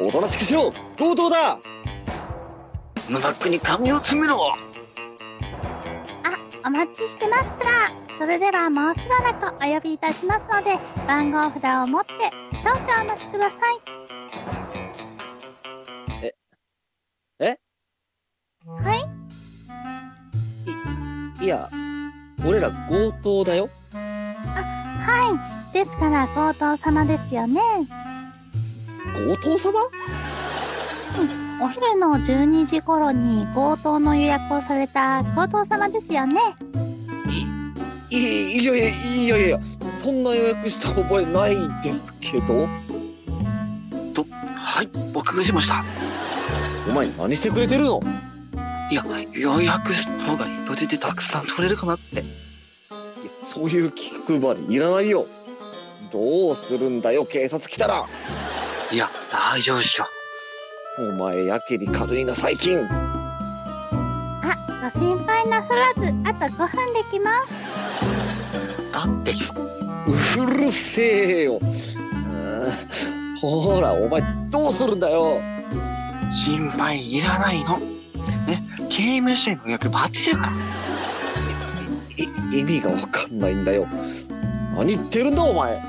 おとなしくしろ強盗だこのバッグに紙を詰めろあ、お待ちしてました。それではもうしばらくお呼びいたしますので、番号札を持って少々お待ちください。え、えはいいや、俺ら強盗だよ。あ、はい。ですから強盗様ですよね。強盗様お昼の12時頃に強盗の予約をされた強盗様ですよねいいやいやいやいやそんな予約した覚えないですけどとはい僕がしましたお前何してくれてるのいや予約した方が色地でたくさん取れるかなってそういう気配りいらないよどうするんだよ警察来たらいや大丈夫っしょお前やけに軽いな最近あご心配なさらずあと5分できますだってうるせえよほらお前どうするんだよ心配いらないのね刑務所への予約バッチリだから意味がわかんないんだよ何言ってるんだお前